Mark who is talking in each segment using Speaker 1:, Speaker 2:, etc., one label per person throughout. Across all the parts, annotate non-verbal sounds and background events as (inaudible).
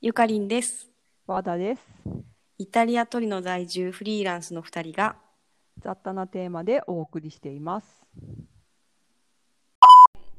Speaker 1: ゆかりんです。
Speaker 2: 和田です。
Speaker 1: イタリアトリノ在住フリーランスの2人が
Speaker 2: 雑多なテーマでお送りしています。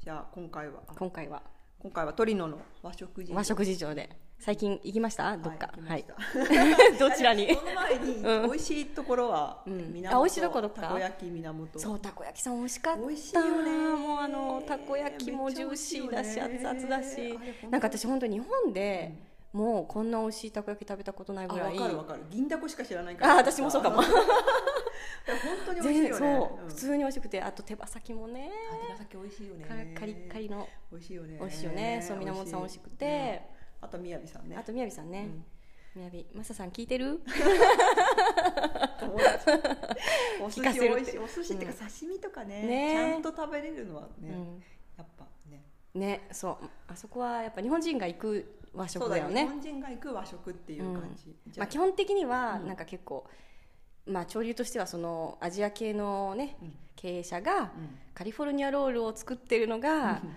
Speaker 3: じゃあ今回は
Speaker 1: 今回は
Speaker 3: 今回はトリノの和食事
Speaker 1: 和食事情で最近行きましたどっかは
Speaker 3: はいい、行きま
Speaker 1: (laughs) どちら
Speaker 3: した
Speaker 1: に
Speaker 3: その前に
Speaker 1: うん
Speaker 3: 美味しいところは
Speaker 1: うん
Speaker 3: 源
Speaker 1: あ美味しいとこどっか
Speaker 3: たこ焼き源
Speaker 1: そうたこ焼きさん美味しかった
Speaker 3: 美味しいよね
Speaker 1: もうあのたこ焼きもジューシーだし
Speaker 3: めっち
Speaker 1: 熱
Speaker 3: ゃ美味し
Speaker 1: 々
Speaker 3: いよ
Speaker 1: だし
Speaker 3: ねあれほんと
Speaker 1: なんか私本当日本でもうこんな美味しいたこ焼き食べたことない
Speaker 3: あ
Speaker 1: ぐらい
Speaker 3: 分かる分かる銀だこしか知らないから
Speaker 1: あ私もそうかも
Speaker 3: (laughs) いや本当に美味しい
Speaker 1: 全
Speaker 3: よね
Speaker 1: そう、
Speaker 3: ん
Speaker 1: 普通に美味しくてあと手羽先もね
Speaker 3: あ手羽先美味しいよね
Speaker 1: カリカリカリの
Speaker 3: 美味しいよね
Speaker 1: 美味しいよね、そう源さん美味しくて、、
Speaker 3: うんあとみやびさんね
Speaker 1: あとみやびさんね、みやびマサさん聞いてる
Speaker 3: 友達
Speaker 1: (laughs)
Speaker 3: お寿
Speaker 1: 聞か
Speaker 3: 司
Speaker 1: せるって
Speaker 3: 美味しいお寿司っていうか刺身とかね,、
Speaker 1: ね
Speaker 3: ちゃんと食べれるのは
Speaker 1: う
Speaker 3: ね、
Speaker 1: ん
Speaker 3: やっぱね
Speaker 1: ねそうあそこはやっぱ日本人が行く和食だよね
Speaker 3: そう日本人が行く和食っていう感じ、じゃ
Speaker 1: ま
Speaker 3: あ
Speaker 1: あ、基本的には
Speaker 3: うん
Speaker 1: なんか結構、まあ潮流としてはそのアジア系のね
Speaker 3: うん
Speaker 1: 経営者が
Speaker 3: うん
Speaker 1: カリフォルニアロールを作ってるのが
Speaker 3: うん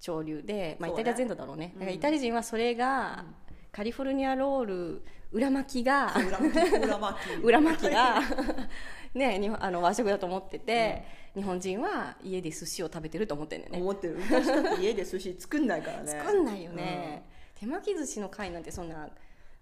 Speaker 1: 潮流で、まあ、イ
Speaker 3: そ
Speaker 1: タ
Speaker 3: うね
Speaker 1: リア全土だろうねだから
Speaker 3: うん
Speaker 1: イタリア人はそれがカリフォルニアロール裏巻き
Speaker 3: (laughs)
Speaker 1: が (laughs)
Speaker 3: 裏巻き裏巻き
Speaker 1: 裏巻きがね日本あの和食だと思ってて、日本人は家で寿司を食べてると思ってんだよね
Speaker 3: 思ってる私だって家で寿司作んないからね
Speaker 1: 作んないよね、、手巻き寿司の回なんてそんな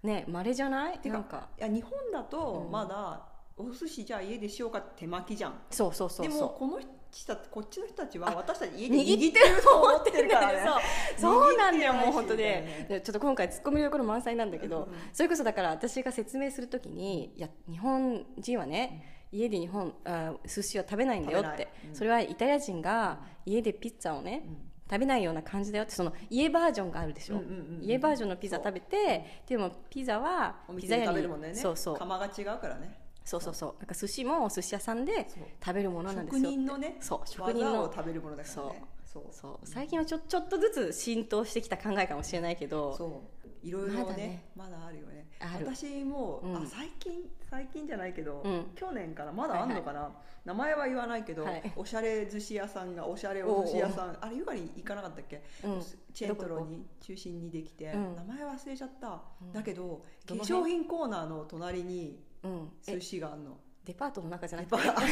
Speaker 1: ねまれじゃない
Speaker 3: てか
Speaker 1: なんか
Speaker 3: うんいや日本だと
Speaker 1: うん
Speaker 3: まだお寿司じゃあ家でしようかって手巻きじゃん
Speaker 1: そうそうそう
Speaker 3: でも
Speaker 1: そ
Speaker 3: この人たちこっちの人たちは
Speaker 1: あ
Speaker 3: 私たち家
Speaker 1: う
Speaker 3: で
Speaker 1: 握っ
Speaker 3: 握って
Speaker 1: る
Speaker 3: てる
Speaker 1: と
Speaker 3: と
Speaker 1: 思
Speaker 3: 思
Speaker 1: っ
Speaker 3: ってて
Speaker 1: る
Speaker 3: る
Speaker 1: か
Speaker 3: からら
Speaker 1: ね
Speaker 3: ね
Speaker 1: (laughs) そうそうなんだよ
Speaker 3: 握ってないし
Speaker 1: もう本当
Speaker 3: みたいな
Speaker 1: で
Speaker 3: ね
Speaker 1: でちょっと今回ツッコミどころ満載なんだけど、
Speaker 3: うん
Speaker 1: それこそだから私が説明するときにいや日本人はね、家で日本あ寿司は食べないんだよっ
Speaker 3: 食べ
Speaker 1: て
Speaker 3: な、いうん
Speaker 1: それはイタリア人が家でピッツァをね、
Speaker 3: うん
Speaker 1: 食べないような感じだよってその家バージョンがあるでしょ、
Speaker 3: うんうんうんうん
Speaker 1: 家バージョンのピザ食べてでもピザは
Speaker 3: お
Speaker 1: ピザ
Speaker 3: 店で
Speaker 1: 屋
Speaker 3: 食べ
Speaker 1: に
Speaker 3: るもんね
Speaker 1: そうそう
Speaker 3: 釜が違うからね
Speaker 1: そうそうそうなんか寿司もお寿司屋さんで
Speaker 3: そう
Speaker 1: 食べるものなんです
Speaker 3: 職
Speaker 1: よ
Speaker 3: 人のね
Speaker 1: そう職人
Speaker 3: 技
Speaker 1: の
Speaker 3: を食べるものだからねそう
Speaker 1: そう最近はちょちょっとずつ浸透してきた考えかもしれないけど
Speaker 3: そういろいろね
Speaker 1: ま
Speaker 3: ま
Speaker 1: だ
Speaker 3: だ
Speaker 1: ね
Speaker 3: あるよね
Speaker 1: ある
Speaker 3: 私も、
Speaker 1: うん
Speaker 3: あ最近最近じゃないけど、
Speaker 1: うん
Speaker 3: 去年からまだあんのかな、名前は言わないけど、
Speaker 1: はい
Speaker 3: おしゃれ寿司屋さんがおしゃれお寿司屋さんあれゆかり行かなかったっけ、
Speaker 1: うん
Speaker 3: チェーント
Speaker 1: ど
Speaker 3: ロ
Speaker 1: こ
Speaker 3: に中心にできて、
Speaker 1: うん
Speaker 3: 名前忘れちゃった、
Speaker 1: うん
Speaker 3: だけど化
Speaker 1: どの辺
Speaker 3: 粧品コーナーの隣に
Speaker 1: うんえ
Speaker 3: 寿司があんの
Speaker 1: デパートの中じゃなくて
Speaker 3: バカ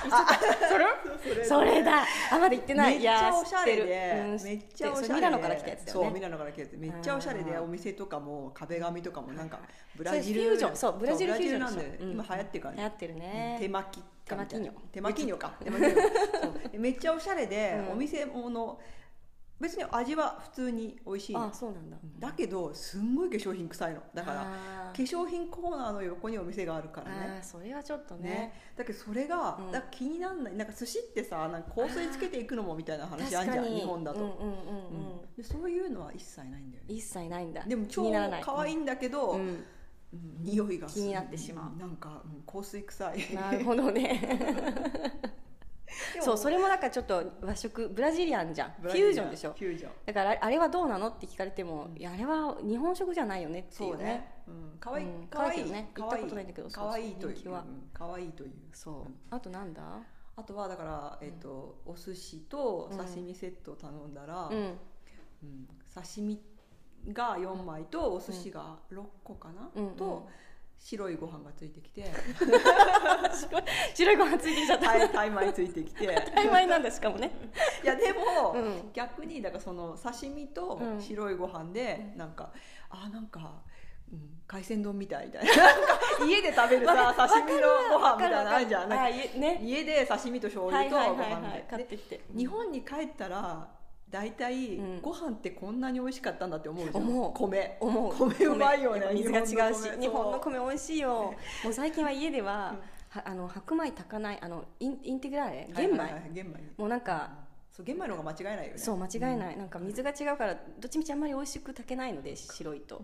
Speaker 3: そ
Speaker 1: (laughs)
Speaker 3: れ
Speaker 1: それだあまだ行ってない
Speaker 3: めっちゃおしゃれで
Speaker 1: いやー知ってる
Speaker 3: めっちゃおしゃれ
Speaker 1: うん知ってるそ
Speaker 3: で
Speaker 1: うミラノから来たやつだよね
Speaker 3: そうミラノから来たやつめっちゃおしゃれで
Speaker 1: あー
Speaker 3: お店とかも壁紙とかもなんかブ
Speaker 1: それ
Speaker 3: ラジル
Speaker 1: フュージョンそうブラジルフュージョン
Speaker 3: そうブラジルな
Speaker 1: で
Speaker 3: んだよね
Speaker 1: しょうん
Speaker 3: 今流行ってるから
Speaker 1: 流行ってるね
Speaker 3: 手巻きかみたいな
Speaker 1: 手巻
Speaker 3: 手巻
Speaker 1: き
Speaker 3: き
Speaker 1: ニョ
Speaker 3: ニョか手巻きニョそうめっちゃおしゃれで
Speaker 1: うん
Speaker 3: お店もの別に味は普通に美味しい
Speaker 1: あ
Speaker 3: の
Speaker 1: そうなんだ
Speaker 3: だけどすんごい化粧品臭いのだから化
Speaker 1: ら
Speaker 3: 粧品コーナーの横にお店があるからね
Speaker 1: あーそれはちょっとね
Speaker 3: ね、だけどそれが、
Speaker 1: うん
Speaker 3: だから気にならないなんか寿司ってさなんか香水つけていくのもみたいな
Speaker 1: 確
Speaker 3: 話あんじ
Speaker 1: か
Speaker 3: ゃん
Speaker 1: に
Speaker 3: 日本だと、
Speaker 1: うん
Speaker 3: う
Speaker 1: うんんうんうん
Speaker 3: でそういうのは一切ないんだよね
Speaker 1: 一切ないんだ
Speaker 3: でも超可愛い
Speaker 1: い
Speaker 3: んだけど、
Speaker 1: う
Speaker 3: うん
Speaker 1: ん
Speaker 3: 匂いが
Speaker 1: 気になってしまうん
Speaker 3: なんか、うん香水臭い (laughs)
Speaker 1: なるほどね
Speaker 3: でも
Speaker 1: そうそれもなんかちょっと和食ブラジリアンじゃんフュ
Speaker 3: ブラジル
Speaker 1: ージョンでしょ
Speaker 3: フュージョン
Speaker 1: だからあれあれはどうなのって聞かれても、
Speaker 3: うん
Speaker 1: いやあれは日本食じゃないよねってい
Speaker 3: そうう
Speaker 1: ね
Speaker 3: ね、うん、可愛い
Speaker 1: うん
Speaker 3: 可愛
Speaker 1: 可愛いよ
Speaker 3: い
Speaker 1: ね
Speaker 3: 可
Speaker 1: 行
Speaker 3: 愛
Speaker 1: ったことないんだけどそうそう
Speaker 3: 可愛いとい
Speaker 1: 人気
Speaker 3: う
Speaker 1: は
Speaker 3: うん可愛いという
Speaker 1: そう
Speaker 3: うん
Speaker 1: あとなんだ
Speaker 3: あとはだから、えっとお寿司と刺身セットを頼んだら、
Speaker 1: うん (laughs)
Speaker 3: うん刺身が4枚とお寿司が6個かな、
Speaker 1: うんうん
Speaker 3: と白いご飯がついて
Speaker 1: (laughs)
Speaker 3: きて
Speaker 1: 白いご飯ついてきち
Speaker 3: (laughs)
Speaker 1: ゃった
Speaker 3: タイタイ米ついてき
Speaker 1: (laughs)
Speaker 3: て
Speaker 1: 当たり前なんだしかもね
Speaker 3: いやでも、
Speaker 1: うん
Speaker 3: 逆にだからその刺身と
Speaker 1: うん
Speaker 3: 白いご飯でなんか、あなんか、うん、海鮮丼みたいみた
Speaker 1: (laughs)
Speaker 3: いななんか家で食べるさ刺身のご飯みたいなのあるじゃん
Speaker 1: わ
Speaker 3: なん
Speaker 1: か
Speaker 3: か
Speaker 1: るわかるあいね
Speaker 3: 家で刺身と醤
Speaker 1: は
Speaker 3: 油
Speaker 1: い
Speaker 3: と
Speaker 1: はい
Speaker 3: ご
Speaker 1: はい
Speaker 3: 飯み
Speaker 1: は
Speaker 3: た
Speaker 1: い
Speaker 3: いな
Speaker 1: 買っ
Speaker 3: で
Speaker 1: てきて
Speaker 3: 日本に帰ったら大体
Speaker 1: うん
Speaker 3: ご飯ってこんなに美味しかったんだって思うじゃん、
Speaker 1: 思う
Speaker 3: 米
Speaker 1: 思う
Speaker 3: 米うまいよね
Speaker 1: 米やっぱ水が違うし日
Speaker 3: 日
Speaker 1: 本
Speaker 3: 本
Speaker 1: の
Speaker 3: の米
Speaker 1: 米美味しいよもう最近は家では,、はあの白米炊かないあのインインテグラーレ玄米、
Speaker 3: はいはいはい玄米
Speaker 1: もうなんか
Speaker 3: そう玄米の方が間違いないよね
Speaker 1: そう間違いない、
Speaker 3: うん
Speaker 1: なんか水が違うからどっちみちあんまり美味しく炊けないので白いと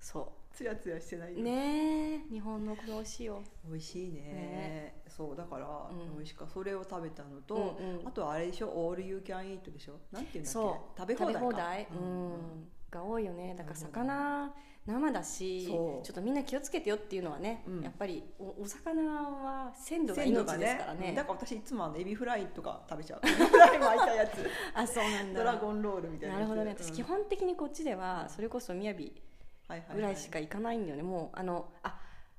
Speaker 1: そ
Speaker 3: つやつやしてないうよ
Speaker 1: ねえ日本のこれ美味しいよ
Speaker 3: 美味しいね
Speaker 1: ね
Speaker 3: そうだから
Speaker 1: うん
Speaker 3: 美味しかそれを食べたのと、
Speaker 1: うんうん
Speaker 3: あとはあれでしょオール you can eat でしょなんていうんだっけ
Speaker 1: そう
Speaker 3: 食べ放題か
Speaker 1: うんが多いよねだから魚生だしち
Speaker 3: そ
Speaker 1: ょ
Speaker 3: う
Speaker 1: っとみんな気をつけてよっていうのはね、
Speaker 3: うん
Speaker 1: やっぱりおお魚は鮮度が
Speaker 3: 鮮度が
Speaker 1: 命
Speaker 3: ね
Speaker 1: ですからね
Speaker 3: うんだから私いつもあのエビフライとか食
Speaker 1: (laughs)
Speaker 3: べちゃうエビフライ巻いたやつ
Speaker 1: あそうなんだ
Speaker 3: ドラゴンロールみたいな
Speaker 1: なる
Speaker 3: やつ
Speaker 1: ほどね私基本的にこっちではそれこそみやび
Speaker 3: はいはい
Speaker 1: ぐらいしか行かないんだよね、もうあのあ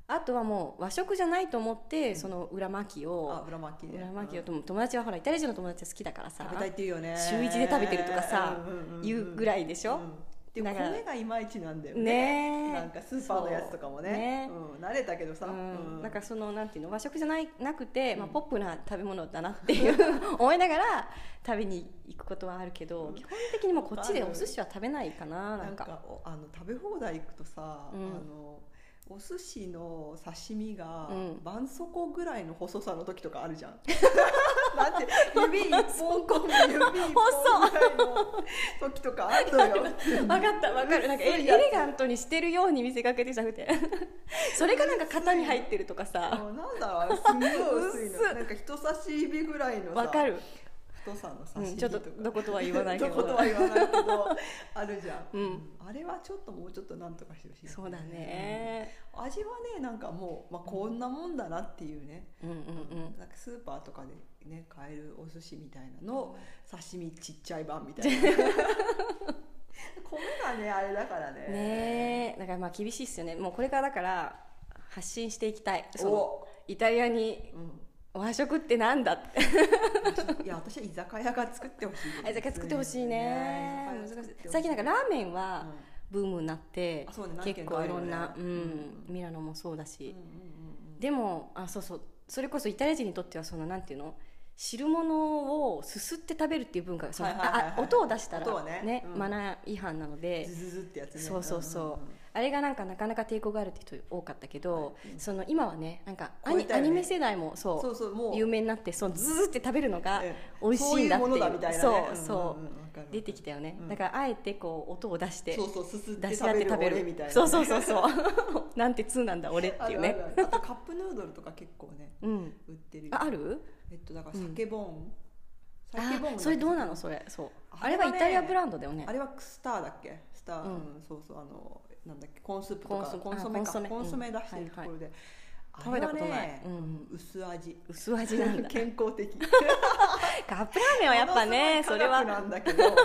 Speaker 1: あとはもう和食じゃないと思って、その裏巻き
Speaker 3: あ
Speaker 1: を
Speaker 3: 裏巻きで
Speaker 1: 裏巻きをとも友達はほらイタリア人の友達は好きだからさ
Speaker 3: 食べたいっていうよね
Speaker 1: 週一で食べてるとかさ
Speaker 3: んんんん
Speaker 1: 言うぐらいでしょ
Speaker 3: んで
Speaker 1: だから
Speaker 3: 米がいまいちなんだよ
Speaker 1: ねえ
Speaker 3: なんかスーパーのやつとかもね
Speaker 1: そうね
Speaker 3: うん、慣れたけどさ、
Speaker 1: うん
Speaker 3: う
Speaker 1: なんかそのなんていうの和食じゃないなくて、まあ、
Speaker 3: うん
Speaker 1: ポップな食べ物だなっていう (laughs) 思いながら食べに行くことはあるけど、
Speaker 3: うん
Speaker 1: 基本的にもうこっちで
Speaker 3: わ
Speaker 1: お
Speaker 3: かる
Speaker 1: 寿司は食べないかなな
Speaker 3: なんん
Speaker 1: (laughs) か
Speaker 3: かおあの食べ放題行くとさ、
Speaker 1: うん
Speaker 3: あのお寿司の刺身が
Speaker 1: うん
Speaker 3: ばんそこぐらいの細さの時とかあるじ
Speaker 1: (laughs)
Speaker 3: ゃん。なんて指一本こみ指一本ぐらいの時とかあるの
Speaker 1: (laughs)
Speaker 3: よ。
Speaker 1: 分かった分かるなんか
Speaker 3: 薄
Speaker 1: エエ
Speaker 3: いやつ
Speaker 1: レガントにしてるように見せかけてじゃなくて (laughs) それがなんか型に入ってるとかさ
Speaker 3: もうなんだろうすんごい薄いの。
Speaker 1: 薄っ
Speaker 3: なんか人差し指ぐらいのさ
Speaker 1: 分かる、
Speaker 3: 太さの
Speaker 1: う
Speaker 3: 刺
Speaker 1: ん、
Speaker 3: 身
Speaker 1: ちょ
Speaker 3: と
Speaker 1: っ
Speaker 3: か。
Speaker 1: とどことは言わないけど
Speaker 3: どことは言わないけどあるじゃん、
Speaker 1: うん
Speaker 3: あれはちょっともうちょっとなんとかしてほしい
Speaker 1: そうだね、
Speaker 3: 味はねなんかもう、まあ、こんなもんだなっていうね、
Speaker 1: うん、うんうん
Speaker 3: なんかスーパーとかでね買えるお寿司みたいなのを刺身ちっちゃい版みたいな米がねあれだからね
Speaker 1: ねえだからまあ厳しいっすよねもうこれからだから発信していきたいその
Speaker 3: お
Speaker 1: イタリアに
Speaker 3: う
Speaker 1: 和食ってなんだって
Speaker 3: ん、いや私は居酒屋が作ってほしい
Speaker 1: あれだけ作ってほしいね
Speaker 3: うん
Speaker 1: 難し
Speaker 3: 居酒屋作ってほし
Speaker 1: い
Speaker 3: い
Speaker 1: 最近なんかラーメンは
Speaker 3: うん
Speaker 1: ブームになって
Speaker 3: あそうね
Speaker 1: 結構いろんな、
Speaker 3: 何軒かある
Speaker 1: う
Speaker 3: よね
Speaker 1: ん、
Speaker 3: うん
Speaker 1: ミラノもそうだし、
Speaker 3: うんうんうん
Speaker 1: でもあそうそうそれこそイタリア人にとってはそのなんていうの汁物をすすって食べるっていう文化がその
Speaker 3: はいはいはいはい
Speaker 1: ああ音を出した
Speaker 3: 音
Speaker 1: ら
Speaker 3: は
Speaker 1: ね
Speaker 3: ねうん
Speaker 1: マナー違反なので
Speaker 3: ズズズってやつね
Speaker 1: そうそうそう,、
Speaker 3: んんん
Speaker 1: あれがなんかなかなか抵抗があるって人多かったけど、
Speaker 3: はいうん
Speaker 1: その今はねなんかア
Speaker 3: 超え
Speaker 1: ニ,、
Speaker 3: たよね
Speaker 1: アニメ世代もそう
Speaker 3: そうそうもう
Speaker 1: 有名になってそのズーって食べるのが
Speaker 3: ええ
Speaker 1: 美味しいんだっていう
Speaker 3: そういうものだみたいなね
Speaker 1: そう
Speaker 3: うん
Speaker 1: そう
Speaker 3: うんうんわかる
Speaker 1: 出てきたよね、
Speaker 3: うん
Speaker 1: だからあえてこう音を出して
Speaker 3: そうそうすすって
Speaker 1: 出し合って食べる
Speaker 3: 俺みたいなね
Speaker 1: そうそうそうそう (laughs) なんて通なんだ俺っていうね
Speaker 3: あるあるあとカップヌードルとか結構ね
Speaker 1: うん
Speaker 3: 売ってるよ
Speaker 1: あある
Speaker 3: えっとだから酒ボン、
Speaker 1: あ
Speaker 3: ボンなん
Speaker 1: ー
Speaker 3: て
Speaker 1: それどうなのそれそうあ
Speaker 3: あ
Speaker 1: れ
Speaker 3: れ
Speaker 1: は
Speaker 3: はね
Speaker 1: イタリアブランドだよね
Speaker 3: あれはスターだっけスター、
Speaker 1: う
Speaker 3: うんんそうそうあのなんだっけコーンスープと
Speaker 1: コーン
Speaker 3: か
Speaker 1: スープ
Speaker 3: コンソメ
Speaker 1: あ
Speaker 3: か
Speaker 1: コンソメ
Speaker 3: コンソメ
Speaker 1: うん
Speaker 3: 出してるところで、
Speaker 1: 食べたこと
Speaker 3: あれは
Speaker 1: ない、
Speaker 3: ね
Speaker 1: うん、
Speaker 3: 薄味
Speaker 1: 薄味なんだ
Speaker 3: (laughs) 健康
Speaker 1: (laughs)
Speaker 3: 的
Speaker 1: カップラーメンはやっぱねそれ
Speaker 3: ものす
Speaker 1: は
Speaker 3: ごい科学なんだけど健康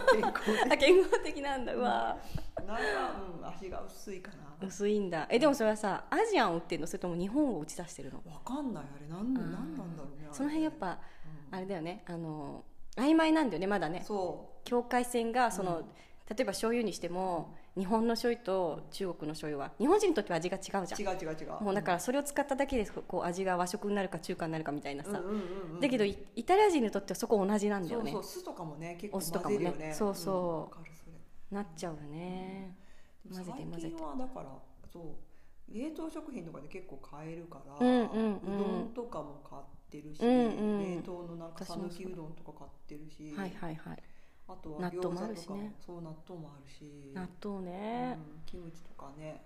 Speaker 3: 的
Speaker 1: あ健康的なんだうわ
Speaker 3: なんか、うん、味が薄いかな
Speaker 1: 薄いんだえでもそれはさアジアンを売ってるのそれとも日本を打ち出してるの
Speaker 3: わかんないあれなん
Speaker 1: あー
Speaker 3: なんなんだろうねあれ
Speaker 1: その辺やっぱ
Speaker 3: うん
Speaker 1: あれだよねあの曖昧なんだよねまだね
Speaker 3: そ
Speaker 1: 境界線がその、
Speaker 3: うん
Speaker 1: 例えば醤油にしても日本の醤油と中国の醤油は日本人にとっては味が違うじゃ
Speaker 3: う違う違う違
Speaker 1: ん
Speaker 3: う
Speaker 1: もうだからそれを使っただけでこう味が和食になるか中華になるかみたいなさ、
Speaker 3: うんうんうんうん
Speaker 1: だけどイイタリア人にとってはそこ同じなんだ
Speaker 3: そ
Speaker 1: よ
Speaker 3: う
Speaker 1: ね
Speaker 3: そう酢とかもね結
Speaker 1: お酢と
Speaker 3: 構
Speaker 1: か
Speaker 3: 混
Speaker 1: も
Speaker 3: ぜ
Speaker 1: ね
Speaker 3: るよね
Speaker 1: そうそう
Speaker 3: うんわかるそれ
Speaker 1: なっちゃうよね、
Speaker 3: でも
Speaker 1: 混ぜて混ぜ
Speaker 3: 最
Speaker 1: て
Speaker 3: 近はだからそう冷凍食品とかで結構買えるから、
Speaker 1: うんうんうん
Speaker 3: どんとかも買ってるし、
Speaker 1: うんうん
Speaker 3: 冷凍のなんか
Speaker 1: 私も
Speaker 3: 讃岐
Speaker 1: そう
Speaker 3: うどんとか買ってるし、
Speaker 1: はいはいはい
Speaker 3: あとは
Speaker 1: 納豆
Speaker 3: 餃子
Speaker 1: もあ
Speaker 3: と
Speaker 1: るし
Speaker 3: か
Speaker 1: ね
Speaker 3: もそう納豆もあるし
Speaker 1: 納豆
Speaker 3: うん
Speaker 1: ね、、
Speaker 3: キムチとかね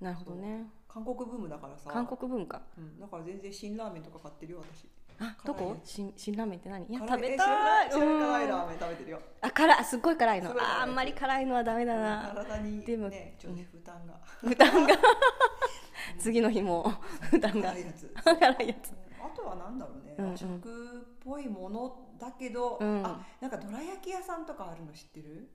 Speaker 1: なるほどね
Speaker 3: 韓国ブームだからさ
Speaker 1: 韓国文化
Speaker 3: うん、だから全然辛ラーメンとか買ってるよ私
Speaker 1: あ
Speaker 3: 辛い
Speaker 1: どこ辛辛ラーメンって何いや
Speaker 3: 辛
Speaker 1: 食べたい
Speaker 3: え辛辛辛い
Speaker 1: うん
Speaker 3: ラーメン食べてるよ
Speaker 1: あ辛いすっごい辛いの
Speaker 3: すごい辛い
Speaker 1: ああんまり辛いのはダメだな、
Speaker 3: 体に
Speaker 1: でも
Speaker 3: ねちょっとね負
Speaker 1: (laughs)
Speaker 3: 担が
Speaker 1: 負担が次の日も負担が
Speaker 3: 辛いやつ
Speaker 1: 辛いやつ
Speaker 3: あとはなんだろうね、
Speaker 1: うんうん
Speaker 3: 和食っぽいものだけど、
Speaker 1: うん
Speaker 3: あなんかどら焼き屋さんとかあるの知ってる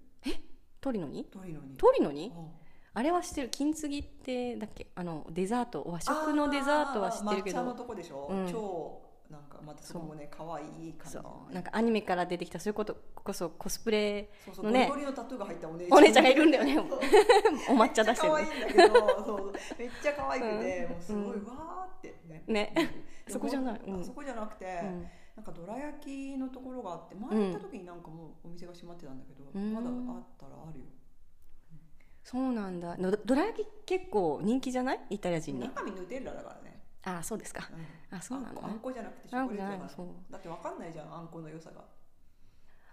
Speaker 1: トリノに
Speaker 3: トリノに
Speaker 1: トリノに
Speaker 3: うん
Speaker 1: あれは知ってる金継ぎってだっけあのデザート和食のデザートは知ってるけ
Speaker 3: あー抹茶の
Speaker 1: ど
Speaker 3: とこでしょ、
Speaker 1: うん
Speaker 3: 超なんかまたそこもね可愛い感じ
Speaker 1: そ
Speaker 3: の
Speaker 1: うなんかアニメから出てきたそういうことこそコスプレ
Speaker 3: そうそう
Speaker 1: のね
Speaker 3: ゴリゴリのタトゥーが入ったお姉ちゃん
Speaker 1: お姉ちゃんがいるんだよね
Speaker 3: そう
Speaker 1: お抹茶出してる
Speaker 3: めっちゃ可愛いんだけどそうめっちゃ可愛くて、
Speaker 1: うん
Speaker 3: もうすごい、
Speaker 1: うん
Speaker 3: わーってね
Speaker 1: ね
Speaker 3: うん
Speaker 1: そこじゃないうん
Speaker 3: あそこじゃなくて、
Speaker 1: うん
Speaker 3: なんかどら焼きのところがあって前行った時になんかもうお店が閉まってたんだけど、
Speaker 1: うん
Speaker 3: まだあったらあるよ
Speaker 1: そうなんだのどどら焼き結構人気じゃないイタリア人に
Speaker 3: 中身ヌテッラだからね、
Speaker 1: ああそうですか
Speaker 3: うん
Speaker 1: あそうなんだ
Speaker 3: あんこあんこじゃなくてチ
Speaker 1: あ
Speaker 3: ョ
Speaker 1: ん
Speaker 3: コ
Speaker 1: こ
Speaker 3: レ
Speaker 1: じ
Speaker 3: ー
Speaker 1: ゃ
Speaker 3: ト
Speaker 1: ないの
Speaker 3: だから
Speaker 1: そう
Speaker 3: だってわかんないじゃんあんこの良さが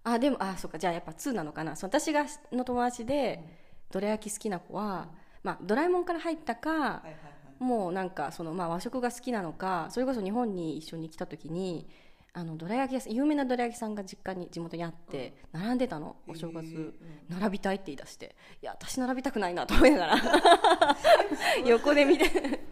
Speaker 1: あでもあそうかじゃあやっぱ2なのかなそう私がの友達でどら焼き好きな子は、まあ、ドラえもんから入ったか、
Speaker 3: はいはいはい
Speaker 1: もうなんかその、まあ、和食が好きなのかそれこそ日本に一緒に来た時にあのどら焼き屋さん有名などら焼き屋さんが実家に地元にあって、並んでたのお正
Speaker 3: へえ
Speaker 1: 月
Speaker 3: うん
Speaker 1: 並びたいって言い出していや私並びたくないなと思いなが (laughs) ら横で見て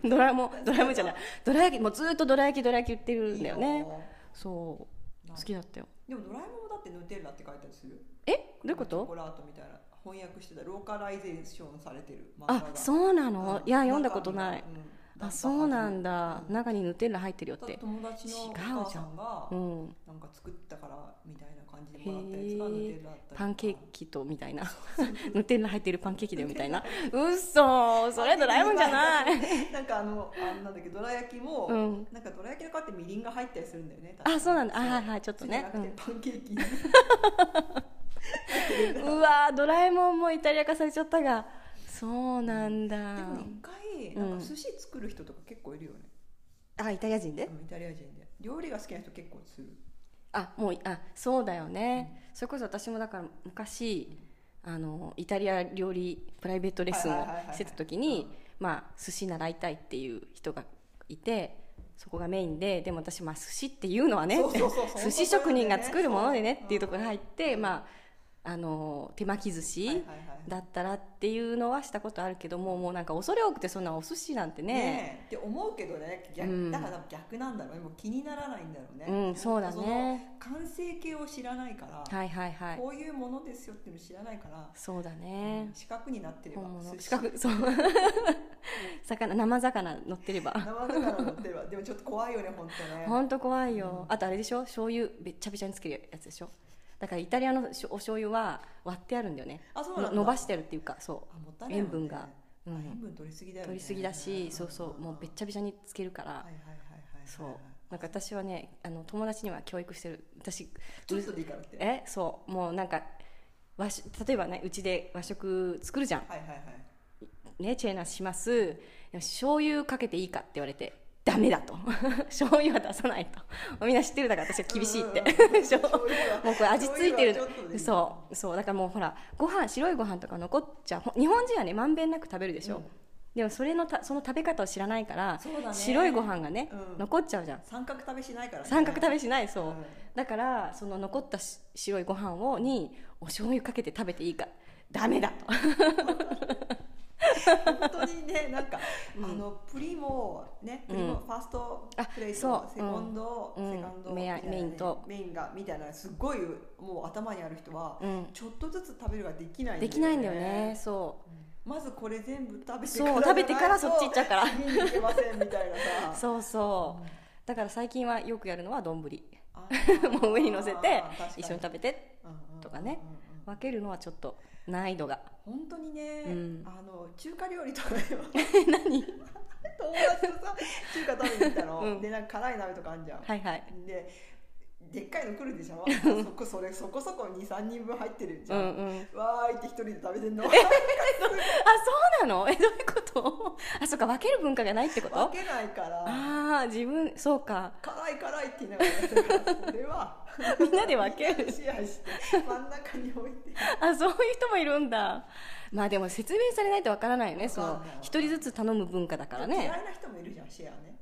Speaker 1: ドラえもんドラえもんじゃないどら焼きもうずっとどら焼きどら焼き売ってるんだよ
Speaker 3: いい
Speaker 1: ね
Speaker 3: よ
Speaker 1: そう
Speaker 3: な
Speaker 1: 好きだったよ
Speaker 3: でもドラえもんもだってヌテッラって書いたりする
Speaker 1: えどういうこ
Speaker 3: チョ
Speaker 1: と
Speaker 3: コラートみたいな翻訳してたローカライゼーションされてる漫画
Speaker 1: あ
Speaker 3: が
Speaker 1: そうな
Speaker 3: う
Speaker 1: の
Speaker 3: ん
Speaker 1: いや読んだことない
Speaker 3: 中身がうんだったは
Speaker 1: あ
Speaker 3: ず
Speaker 1: そうなんだ
Speaker 3: うん
Speaker 1: 中にヌテッラ入ってるよって
Speaker 3: 友達のお母さんが
Speaker 1: うん
Speaker 3: なんか作ったからみたいな感じでもらったやつがヌテラだったりとか
Speaker 1: パンケーキとみたい (laughs) なヌテッラ入ってるパンケーキだよみたいなうっそーそれドラえもんじゃない
Speaker 3: なんかあのあのなんだっけどら焼きも、
Speaker 1: うん
Speaker 3: なんかどら焼きの皮ってみりんが入ったりするんだよね確か
Speaker 1: あそうなんだあはいはいちょっとね
Speaker 3: そうじゃなくてパンケーキに、
Speaker 1: うわードラえもんもイタリア化されちゃったがそうなんだ
Speaker 3: でも一回
Speaker 1: うん
Speaker 3: なんか寿司作る人とか結構いるよね、
Speaker 1: あイタリア人で
Speaker 3: うんイタリア人で料理が好きな人結構する
Speaker 1: あもうあそうだよね、それこそ私もだから昔あのイタリア料理プライベートレッスン
Speaker 3: は
Speaker 1: を
Speaker 3: いはいはいはい
Speaker 1: してた時
Speaker 3: う
Speaker 1: に
Speaker 3: ん
Speaker 1: まあ寿司習いたいっていう人がいてそこがメインででも私、まあ、寿司っていうのはね
Speaker 3: そうそうそうそう
Speaker 1: (laughs) 寿司職人が作るものでね
Speaker 3: そう
Speaker 1: っていうところに入って、
Speaker 3: うん
Speaker 1: まああの手巻き寿司、
Speaker 3: はいはいはい
Speaker 1: だったらっていうのはしたことあるけどももうなんか恐れ多くてそんなお寿司なんてね
Speaker 3: ねえって思うけどね逆、
Speaker 1: うん
Speaker 3: だから逆なんだろうねもう気にならないんだろうね、
Speaker 1: うんそうだね
Speaker 3: その完成形を知らないから、
Speaker 1: はいはいはい
Speaker 3: こういうものですよっていうの知らないから、
Speaker 1: そうだ
Speaker 3: う
Speaker 1: ね
Speaker 3: ん四角になってれば
Speaker 1: 本物
Speaker 3: 寿司
Speaker 1: 四角そう (laughs) 魚生魚乗ってれば
Speaker 3: 生魚乗ってればでもちょっと怖いよね本当ね
Speaker 1: ほんと怖いよ
Speaker 3: う
Speaker 1: あとあれでしょ醤油べっちゃべちゃにつけるやつでしょだからイタリアのしょお醤油は割ってあるんだよね
Speaker 3: あそうなん
Speaker 1: の
Speaker 3: だ
Speaker 1: 伸ばしてるっていうかそ
Speaker 3: あもったいないもんね
Speaker 1: 塩分がう、う
Speaker 3: あ塩
Speaker 1: ん、
Speaker 3: 分取りすぎだよね
Speaker 1: 取りすぎだしそうそうもうべっちゃべちゃにつけるから、
Speaker 3: ゃはいはいはいはいはい
Speaker 1: そうなんか私はねあの友達には教育してる私
Speaker 3: ちょっとでいいからって
Speaker 1: えそうもうなんか和食例えばねうちで和食作るじゃん
Speaker 3: はいはいはい
Speaker 1: ねチェーナーしますでも醤油かけていいかって言われてダメだと (laughs) 醤油は出さないとみんな知ってるだから私は厳しいって、
Speaker 3: うんうん
Speaker 1: (laughs) そう
Speaker 3: 醤油は
Speaker 1: もうこれ味付いて
Speaker 3: 醤油はちょっとでい
Speaker 1: る
Speaker 3: い
Speaker 1: そうそうだからもうほらご飯白いご飯とか残っちゃうほ日本人はねまんべんなく食べるでしょ、
Speaker 3: うん
Speaker 1: でもそれのたその食べ方を知らないから、
Speaker 3: そうだね
Speaker 1: 白いご飯がね、
Speaker 3: うん
Speaker 1: 残っちゃうじゃん
Speaker 3: 三角食べしないからね
Speaker 1: 三角食べしないそう、
Speaker 3: うん
Speaker 1: だからその残ったし白いご飯をにお醤油かけて食べていいかダメだと
Speaker 3: 本当に
Speaker 1: (laughs)
Speaker 3: ねなんか、
Speaker 1: うん
Speaker 3: あのプリもねプリ
Speaker 1: うん
Speaker 3: もファーストプレー
Speaker 1: あ
Speaker 3: ト
Speaker 1: そう
Speaker 3: セコンド、
Speaker 1: うん
Speaker 3: セカンド
Speaker 1: メア
Speaker 3: みたいな
Speaker 1: メ
Speaker 3: ね
Speaker 1: インと
Speaker 3: メインがみたいなすごいもう頭にある人は、
Speaker 1: うん
Speaker 3: ちょっとずつ食べるができない
Speaker 1: できないんだよねそ
Speaker 3: まずこれ全部食べて
Speaker 1: そう食べてからそっち行っちゃうから
Speaker 3: 見に行けませんみたいな
Speaker 1: う
Speaker 3: さ
Speaker 1: そうそうだから最近はよくやるのは丼 (laughs)
Speaker 3: あ (laughs) ー
Speaker 1: もう上 (laughs) に乗せて
Speaker 3: あー確か
Speaker 1: 一緒に食べて
Speaker 3: うんうんうんうん
Speaker 1: とかね分けるのはちょっと難易度が
Speaker 3: 本当にね、
Speaker 1: うん
Speaker 3: あの中華料理食べよう
Speaker 1: (laughs) 何
Speaker 3: (laughs) 友達とさ中華食べに行ったの、
Speaker 1: うん
Speaker 3: でなんか辛い鍋とかあんじゃん、
Speaker 1: はいはい
Speaker 3: ででっかいの来るでしょそこそれそこそこ23人分入ってるじ
Speaker 1: う
Speaker 3: ゃ
Speaker 1: ん
Speaker 3: ん、
Speaker 1: うん
Speaker 3: わーいって一人で食べてんの
Speaker 1: あそうなのえどういうこと (laughs) あそっか分ける文化がないってことあ
Speaker 3: 分けないから
Speaker 1: あー自分そうか
Speaker 3: 辛い辛いって言いながらやってたからそれは
Speaker 1: (laughs) みんなで分ける
Speaker 3: 支配して真ん中に置いて
Speaker 1: あそういう人もいるんだまあでも説明されないとわからないよねそ
Speaker 3: わか
Speaker 1: の
Speaker 3: んない
Speaker 1: 一人ずつ頼む文化だから
Speaker 3: 嫌い
Speaker 1: ね
Speaker 3: な人もいるじゃんシェアね、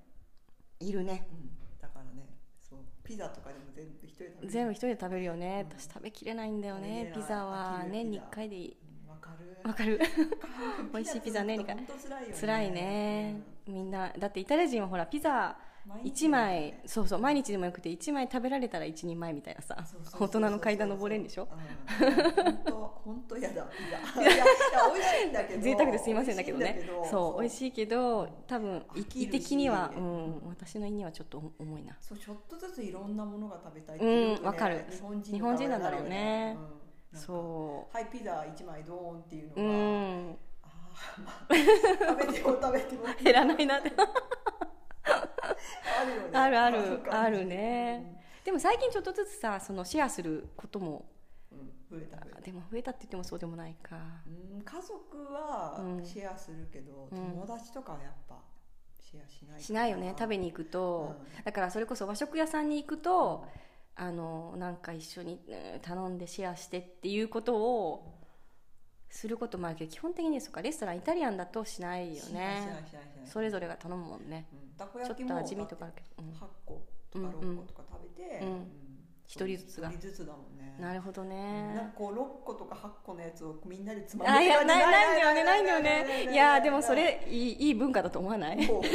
Speaker 1: いるね
Speaker 3: うん、だからねそうピザとかでも全部一人で食べる
Speaker 1: 全部一人で食べるよね、
Speaker 3: うん
Speaker 1: 私食べきれないんだよね
Speaker 3: 食べきれない
Speaker 1: ピザは
Speaker 3: 飽きる
Speaker 1: 年に1
Speaker 3: ピザ
Speaker 1: 回でいい
Speaker 3: うんわかる
Speaker 1: わかる (laughs) 美
Speaker 3: 美
Speaker 1: 味しいピザね
Speaker 3: 本当辛いよね
Speaker 1: 辛いね、みんなだってイタリア人はほらピザ
Speaker 3: 毎日
Speaker 1: 1
Speaker 3: だから
Speaker 1: 枚、
Speaker 3: ね
Speaker 1: そうそう毎日でもよくて1枚食べられたら1人前みたいなさ
Speaker 3: そうそうそうそう
Speaker 1: 大人の階段登れんでしょ
Speaker 3: 本当本当やだ
Speaker 1: (laughs)
Speaker 3: ピザいやいや美味しいんだけど
Speaker 1: 贅沢ですいませんだけどねそう美味
Speaker 3: い
Speaker 1: しいけど多分
Speaker 3: 飽き
Speaker 1: 胃
Speaker 3: るし
Speaker 1: 的には、うん、私の胃にはちょっと重いな
Speaker 3: そうちょっとずついろんなものが食べたい
Speaker 1: うん
Speaker 3: よくね
Speaker 1: わかる
Speaker 3: 日本人
Speaker 1: 日本人なんだろうね
Speaker 3: の顔になるようん
Speaker 1: そ
Speaker 3: はいピザ一枚ドーンっていう
Speaker 1: うう
Speaker 3: のが
Speaker 1: ん
Speaker 3: あーまあ食べても食べても
Speaker 1: 減らないなって (laughs)
Speaker 3: あるよね
Speaker 1: あるある
Speaker 3: そうか
Speaker 1: あるねでも最近ちょっとずつさそのシェアすることも
Speaker 3: うんうん増えた増えた
Speaker 1: でも増えたって言ってもそうでもないか
Speaker 3: うん家族は
Speaker 1: うん
Speaker 3: シェアするけど、
Speaker 1: うん
Speaker 3: 友達とかはやっぱシェアしない
Speaker 1: しないよね食べ
Speaker 3: に
Speaker 1: に行くと、
Speaker 3: う
Speaker 1: だからそれこそ和食屋さんに行くとあのなんか一緒にうん頼んでシェアしてっていうことをすることもあるけど基本的にそうかレストランイタリアンだとしないよ
Speaker 3: しないしない
Speaker 1: ね
Speaker 3: しないしない
Speaker 1: それぞれが頼むもんね
Speaker 3: うんたこ
Speaker 1: ちょ
Speaker 3: 焼
Speaker 1: っ
Speaker 3: きも
Speaker 1: と味見とかあるけど、うん
Speaker 3: 8個とか
Speaker 1: うんうん
Speaker 3: 6個とか食べて、
Speaker 1: うん
Speaker 3: そう
Speaker 1: 一人ずつが
Speaker 3: 一人ずつだもんね
Speaker 1: なるほど
Speaker 3: うんなん
Speaker 1: ね
Speaker 3: かこう6個とか8個のやつをみんなでつま
Speaker 1: あいやないないんだよねないいんだよねいやでもそれいいいい文化だと思わない (laughs)
Speaker 3: もうもうも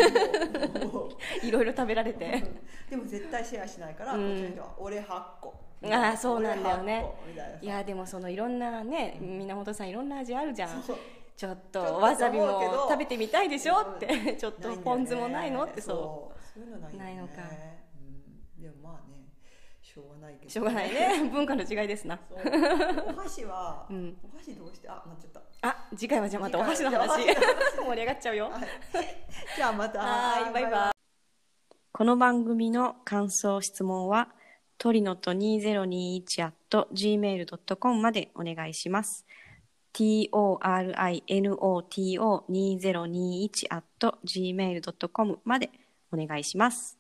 Speaker 3: う
Speaker 1: いろいろ食べられて
Speaker 3: でも絶対シェアしないから、
Speaker 1: うん
Speaker 3: こっちの人は俺8個
Speaker 1: あーそうなんだよね
Speaker 3: みたいない
Speaker 1: やでもそのいろんなね源さんいろんな味あるじゃん
Speaker 3: そう
Speaker 1: ちょっ
Speaker 3: ちょっと
Speaker 1: と
Speaker 3: 思う
Speaker 1: わさびも
Speaker 3: けど
Speaker 1: 食べてみたいでしょっ
Speaker 3: う
Speaker 1: てちょっと
Speaker 3: ないんだよね
Speaker 1: ポン酢もないのってそ
Speaker 3: そうそういうのない
Speaker 1: な
Speaker 3: よね
Speaker 1: いのか
Speaker 3: うん、でもまあねしょうがないけど
Speaker 1: うしょうがないね文化の違いですな
Speaker 3: そうお箸は、
Speaker 1: うん
Speaker 3: お箸どうしてあなっちゃった
Speaker 1: あ次回はじゃあまたお箸の
Speaker 3: 次
Speaker 1: 話
Speaker 3: 回は
Speaker 1: (laughs) 盛り上がっちゃうよ
Speaker 3: はいじゃあまた
Speaker 1: はいバイバイこの番組の感想質問はトリノと 2021@gmail.com までお願いします torinoto2021@gmail.com までお願いします